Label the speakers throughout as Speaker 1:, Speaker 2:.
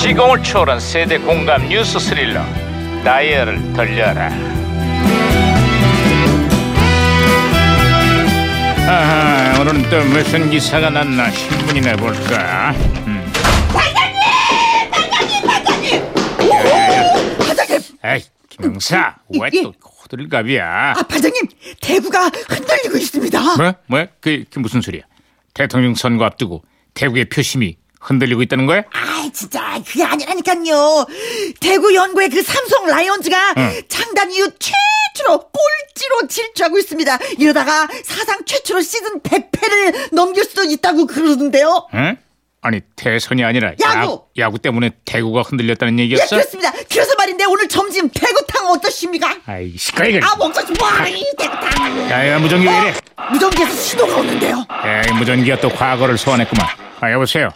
Speaker 1: 진공을 초월한 세대 공감 뉴스 스릴러 다이얼을 돌려라 아하 오늘은 또 무슨 기사가 났나 신문이나 볼까 음.
Speaker 2: 반장님!
Speaker 1: 에이 김영사
Speaker 2: 예,
Speaker 1: 왜
Speaker 2: 예.
Speaker 1: 또 호들갑이야
Speaker 2: 아, 반장님! 대구가 흔들리고 있습니다.
Speaker 1: 뭐? 뭐야? 그게, 그게 무슨 소리야 대통령 선거 앞두고 대구의 표심이 흔들리고 있다는 거야?
Speaker 2: 아, 진짜 그게 아니라니까요. 대구 연구의 그 삼성 라이온즈가
Speaker 1: 응.
Speaker 2: 창단 이후 최초로 꼴찌로 질주하고 있습니다. 이러다가 사상 최초로 시즌 100패를 넘길 수도 있다고 그러는데요.
Speaker 1: 응? 아니 대선이 아니라
Speaker 2: 야구!
Speaker 1: 야, 야구 때문에 대구가 흔들렸다는
Speaker 2: 예,
Speaker 1: 얘기였어?
Speaker 2: 그렇습니다. 그래서 말인데 오늘 점심 대구탕 어떠십니까?
Speaker 1: 아이 시끄러워 이거.
Speaker 2: 아, 멈춰 좀 와, 이 대구탕.
Speaker 1: 야야 무전기 왜 이래?
Speaker 2: 무전기에서 신호가 오는데요.
Speaker 1: 에이 무전기가 또 과거를 소환했구만. 아 여보세요.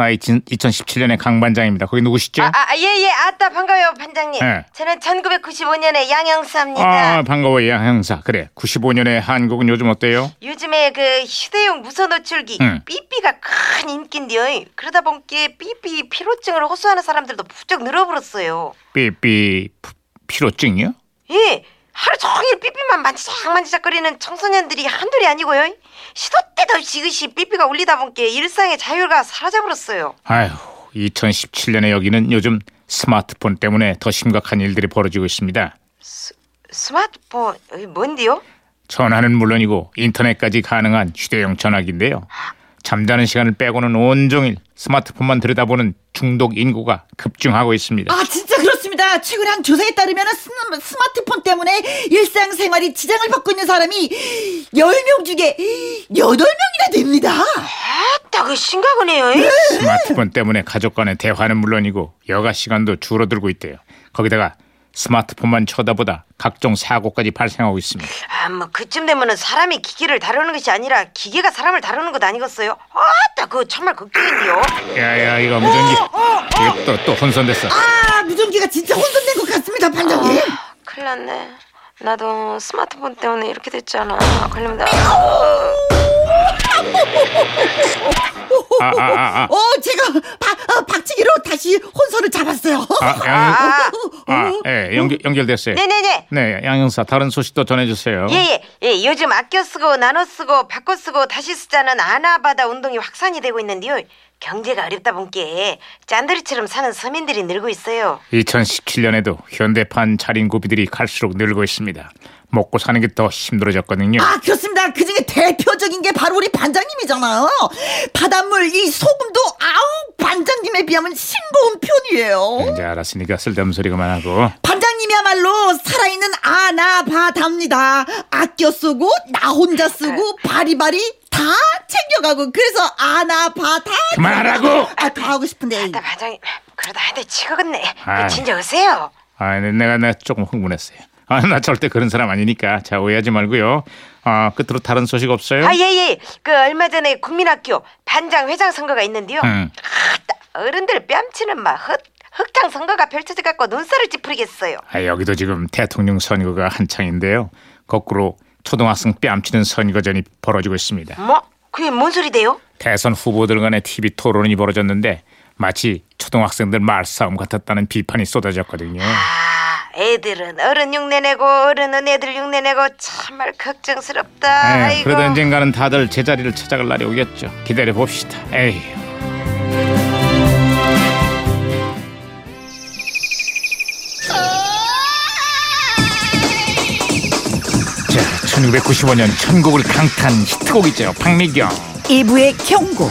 Speaker 1: 아 2017년의 강 반장입니다. 거기 누구시죠?
Speaker 3: 아, 아, 예, 예, 아따, 반가워요, 반장님.
Speaker 1: 예.
Speaker 3: 저는 1995년에 양형사입니다.
Speaker 1: 아, 반가워요 양 형사. 그래 95년의 한국은 요즘 어때요?
Speaker 3: 요즘에 그 휴대용 무선 노출기
Speaker 1: 음.
Speaker 3: 삐삐가 큰 인기인데요. 그러다 보니까 삐삐 피로증을 호소하는 사람들도 부쩍 늘어버렸어요.
Speaker 1: 삐삐 피- 피로증이요?
Speaker 3: 예, 하루 종일 삐삐만 만지작만지작거리는 청소년들이 한둘이 아니고요. 시도 때도 없이 지그시 삐삐가 울리다 보니까 일상의 자유가 사라져버렸어요.
Speaker 1: 아휴 2017년에 여기는 요즘 스마트폰 때문에 더 심각한 일들이 벌어지고 있습니다.
Speaker 3: 스마트폰, 이게 뭔데요?
Speaker 1: 전화는 물론이고 인터넷까지 가능한 휴대용 전화기인데요. 잠자는 시간을 빼고는 온종일 스마트폰만 들여다보는 중독 인구가 급증하고 있습니다.
Speaker 2: 아 진짜 그렇습니다. 최근에 한 조사에 따르면 스마- 스마트폰 때문에 일상생활이 지장을 받고 있는 사람이 10명 중에 8명이나 됩니다.
Speaker 3: 아따, 그 심각하네요.
Speaker 1: 스마트폰 때문에 가족 간의 대화는 물론이고 여가 시간도 줄어들고 있대요. 거기다가 스마트폰만 쳐다보다 각종 사고까지 발생하고 있습니다.
Speaker 3: 아, 뭐 그쯤 되면은 사람이 기계를 다루는 것이 아니라 기계가 사람을 다루는 것 아니겠어요? 아따, 그거 정말 걱정인데요.
Speaker 1: 야야 이거 무전기
Speaker 3: 어,
Speaker 1: 이거 또, 또 혼선됐어.
Speaker 2: 아 무전기가 진짜 혼선된 것 같습니다 반장님.
Speaker 3: 아, 큰일 났네. 나도 스마트폰 때문에 이렇게 됐잖아. 걸리면 나... 어,
Speaker 1: 아, 아, 아.
Speaker 2: 어 제가 바- 어, 박치기로 다시 혼선을 잡았어요.
Speaker 1: 아,
Speaker 3: 아,
Speaker 1: 양, 아, 예, 연결, 연결됐어요.
Speaker 3: 네네네.
Speaker 1: 네, 양형사 다른 소식도 전해주세요.
Speaker 3: 예예 예, 요즘 아껴 쓰고 나눠 쓰고 바꿔 쓰고 다시 쓰자는 아나바다 운동이 확산이 되고 있는데요. 경제가 어렵다 보니까 짠돌이처럼 사는 서민들이 늘고 있어요.
Speaker 1: 2017년에도 현대판 자린 고비들이 갈수록 늘고 있습니다. 먹고 사는 게 더 힘들어졌거든요.
Speaker 2: 아 그렇습니다. 그중에 대표적인 게 바로 우리 반장님이잖아요. 바닷물 이 소금도 아우 반장님에 비하면 싱거운 편이에요.
Speaker 1: 이제 알았으니까 쓸데없는 소리 그만하고.
Speaker 2: 반장님이야말로 살아있는 아나바답니다. 아껴 쓰고 나 혼자 쓰고
Speaker 1: 아.
Speaker 2: 바리바리 다 챙겨가고 그래서 아나바다
Speaker 1: 그만하라고!
Speaker 2: 아, 다 하고 싶은데
Speaker 3: 나 반장님 그러다 한 대 치고겠네.
Speaker 1: 아이.
Speaker 3: 진짜 오세요.
Speaker 1: 아, 네, 내가 내가 조금 흥분했어요. 아, 나 절대 그런 사람 아니니까 자 오해하지 말고요. 아, 끝으로 다른 소식 없어요?
Speaker 3: 아, 예, 예. 그 얼마 전에 국민학교 반장 회장 선거가 있는데요.
Speaker 1: 음.
Speaker 3: 아, 따- 어른들 뺨치는 막 흑, 흑장 선거가 펼쳐져 갖고 눈살을 찌푸리겠어요.
Speaker 1: 아, 여기도 지금 대통령 선거가 한창인데요. 거꾸로 초등학생 뺨치는 선거전이 벌어지고 있습니다.
Speaker 3: 뭐? 그게 뭔 소리대요?
Speaker 1: 대선 후보들 간의 TV 토론이 벌어졌는데 마치 초등학생들 말싸움 같았다는 비판이 쏟아졌거든요.
Speaker 3: 아, 애들은 어른 흉내내고 어른은 애들 흉내내고 정말 걱정스럽다.
Speaker 1: 에휴,
Speaker 3: 아이고.
Speaker 1: 네, 그래도 언젠가는 다들 제자리를 찾아갈 날이 오겠죠. 기다려 봅시다. 에이. 자, 1995년 천국을 강타한 히트곡이죠. 박미경.
Speaker 2: 이부의 경고